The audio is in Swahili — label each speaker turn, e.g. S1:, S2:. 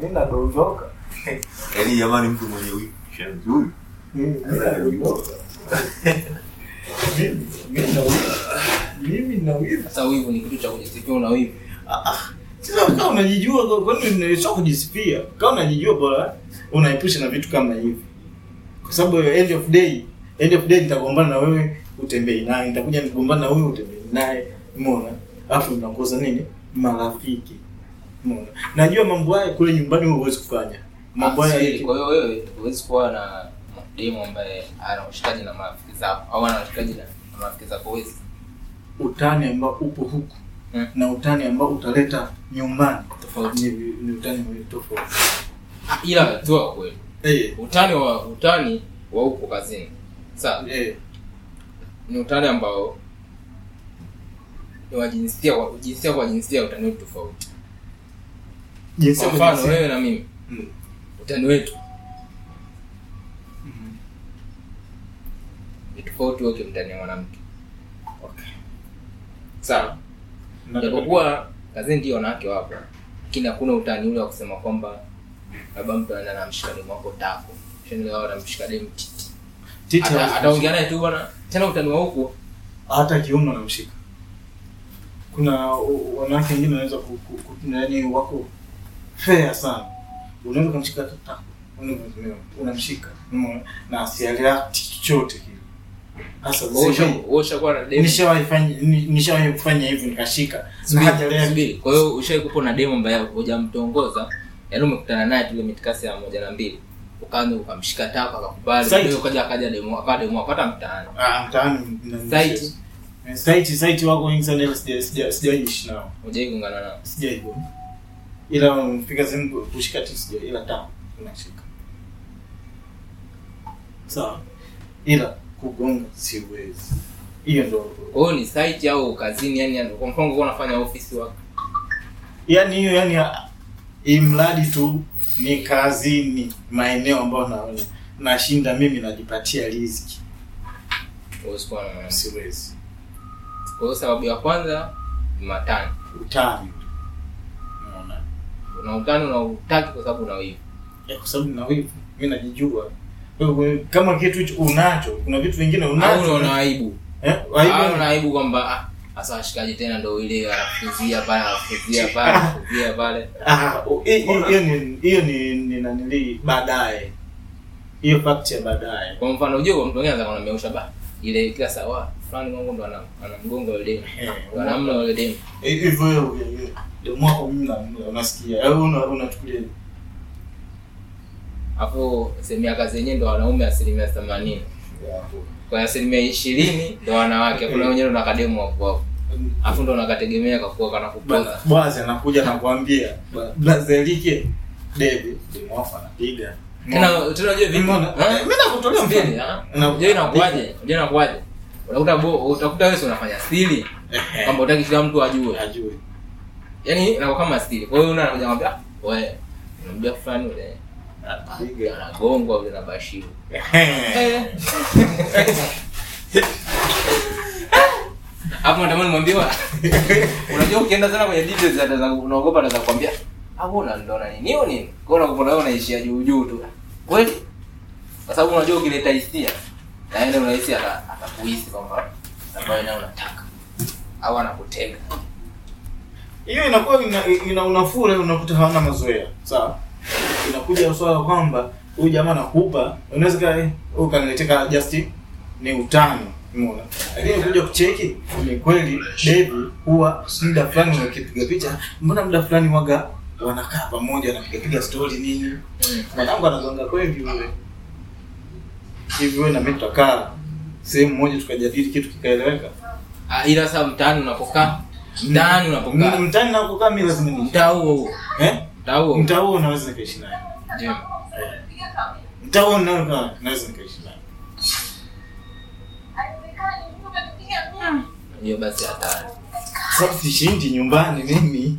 S1: mi nadondoka
S2: yaani jamani mtu mwenye wisha nzuri
S1: Eh, mi nadondoka Mimi- mi na- mimi nawivu
S3: sasa wivu ni kitu cha kujisikia una wivu
S1: sasa kama unajijua kwa- kwani ni- sio kujisifia kama unajijua bora unaepusha na vitu kama hivi kwa sababu end of day end of day nitagombana na wewe utembei naye nitakuja nigombana na wewe utembei naye umeona alafu unakosa nini marafiki umeona najua mambo haya kule nyumbani wewe huwezi kufanya mambo haya
S3: Asili. kwa hiyo wewe huwezi kuwa na demu ambaye ana ushikaji na marafiki zako au ana ushikaji na na marafiki zako huwezi
S1: utani ambao upo huku
S3: Hmm.
S1: na utani ambao utaleta nyumbani
S3: tofauti
S1: ni, ni utani wa tofauti
S3: ila toa kweli
S1: eh
S3: utani wa utani wa huko kazini sawa
S1: eh
S3: ni utani ambao ni wa jinsia kwa jinsia kwa jinsia utani wetu tofauti
S1: jinsi
S3: kwa mfano wewe na mimi utani wetu ni tofauti wote utani wa mwanamke sawa japokuwa kazini ndio wanawake wapo lakini hakuna utani ule wa kusema kwamba labda mtu anaenda na mshikademu wako tako shanelewa na mshikademu titi Ata- ataongea naye tu bwana tena utani wa huku
S1: hata kiuno anamshika kuna u- wanawake wengine wanaweza ku- ku- ku- yaani wako fea sana unaweza ukamshika hata tako unaweza kutumia, unamshika unaona, na asiareakti chochote kile hasa
S3: wewe ushakuwa na demu
S1: nishawahi fanya- ni- nishawahi kufanya hivyo nikashika na hata
S3: Subiri,
S1: leo-
S3: subiri. kwa hiyo ushaikupo na demo ambaye hujamtongoza yaani umekutana naye tule mitikasi ya moja na mbili ukaanza ukamshika tako akakubali
S1: Saiti.
S3: Kwa hiyo ukaja akaja demo akawa demo wako hata mtaani
S1: Ah, mtaani mna-
S3: Saiti.
S1: Eh, saiti saiti wako wengi sana ila sija- sija- sijaishi nao
S3: hujai kuungana nao
S1: sijaigua ila mpiga sehemu kushika tu sija ila tano unashika sawa ila kugonga siwezi hiyo ndo
S3: kwa hiyo ni site au kazini yani kwa mfano ulikuwa unafanya office work
S1: yani hiyo yani ah, imradi tu ni kazini maeneo ambayo naona nashinda mimi najipatia riziki
S3: usikuwa na mwanamke.
S1: siwezi
S3: kwa hiyo sababu ya kwanza ni matani
S1: utani naona
S3: una utani unautaki kwa sababu una wivu
S1: Eh, kwa sababu na wivu mi najijua Kwa hivyo, kama kitu hicho unacho kuna vitu vingine
S3: au
S1: unacho
S3: unaona aibu
S1: Eh, aibu-
S3: au una aibu kwamba ah sasa washikaji tena ndo ile anakufizia pale anakufizia pale anakufizia pale
S1: Ah, oh, hi- hi- hiyo ni hiyo ni ni nanili baadaye hiyo fact ya baadaye
S3: kwa mfano ujue kwa mtu mwingine anaweza kunaambia ushaba ile kila sawa fulani mwangu ndo ana- anamgonga yule demu Ndo anamla yule demu
S1: Eh, hivyo hiyo hiyo- hiyo. ndio mwako mimi na- na- unasikia au una- unachukulia hivi.
S3: hapo sehemu ya kazi yenyewe ndo wanaume asilimia themanini kwa asilimia ishirini ndo wanawake kuna wenyewe ndo nakademu wakuwapo afu ndo nakategemea kakuwa
S1: Bwana-
S3: kanakupoza
S1: bwaze anakuja nakwambia blazelike debi mwako anapiga
S3: tena tena ujue vipi eh?
S1: Mbona? Eh, mi nakutolea mfano. Na-
S3: ujue inakuaje ujue inakuaje unakuta bo- utakuta wewe si unafanya stili
S1: Ehe.
S3: kwamba utaki kila mtu ajue
S1: ajue
S3: yani inakuwa kama stili kwa hiyo yule anakuja anakwambia "Ah, wewe unamjua fulani yule
S1: anapiga
S3: anagongwa yule na bashiru
S1: Eh, Ehe.
S3: hapo natamani mwambie wa- unajua ukienda sana kwenye details ataanza- unaogopa anaweza kukwambia hakuna ndo na nini hiyo nini kwa hiyo unakuta wewe unaishia juu juu tu kweli kwa sababu unajua ukileta hisia na yeye unahisi ata- atakuhisi kwamba ambayo naye unataka au anakutega
S1: hiyo inakuwa ina, ina unafuu leo unakuta hawana mazoea sawa inakuja swala kwamba huyu jamaa anakupa unaweza ka eh, wewe ukaniletea just ni utano umeona lakini kuja kucheki ni kweli devi huwa muda fulani unakipiga picha mbona muda fulani waga wanakaa pamoja wanapigapiga story nini mwanangu anazonga kweli yule hivi wewe na mimi tutakaa sehemu moja tukajadili kitu kikaeleweka
S3: Ah, ila sasa mtaani unapokaa mtaani unapokaa
S1: M- mtani na kukaa mimi lazima ni
S3: mtaa huo huo
S1: eh
S3: mtaa huo huo.
S1: mtaa huo naweza nikaishi naye Eh.
S3: Jema.
S1: mtaa huo nao na- naweza nikaishi naye
S3: hiyo basi hatari
S1: sababu sishindi nyumbani mimi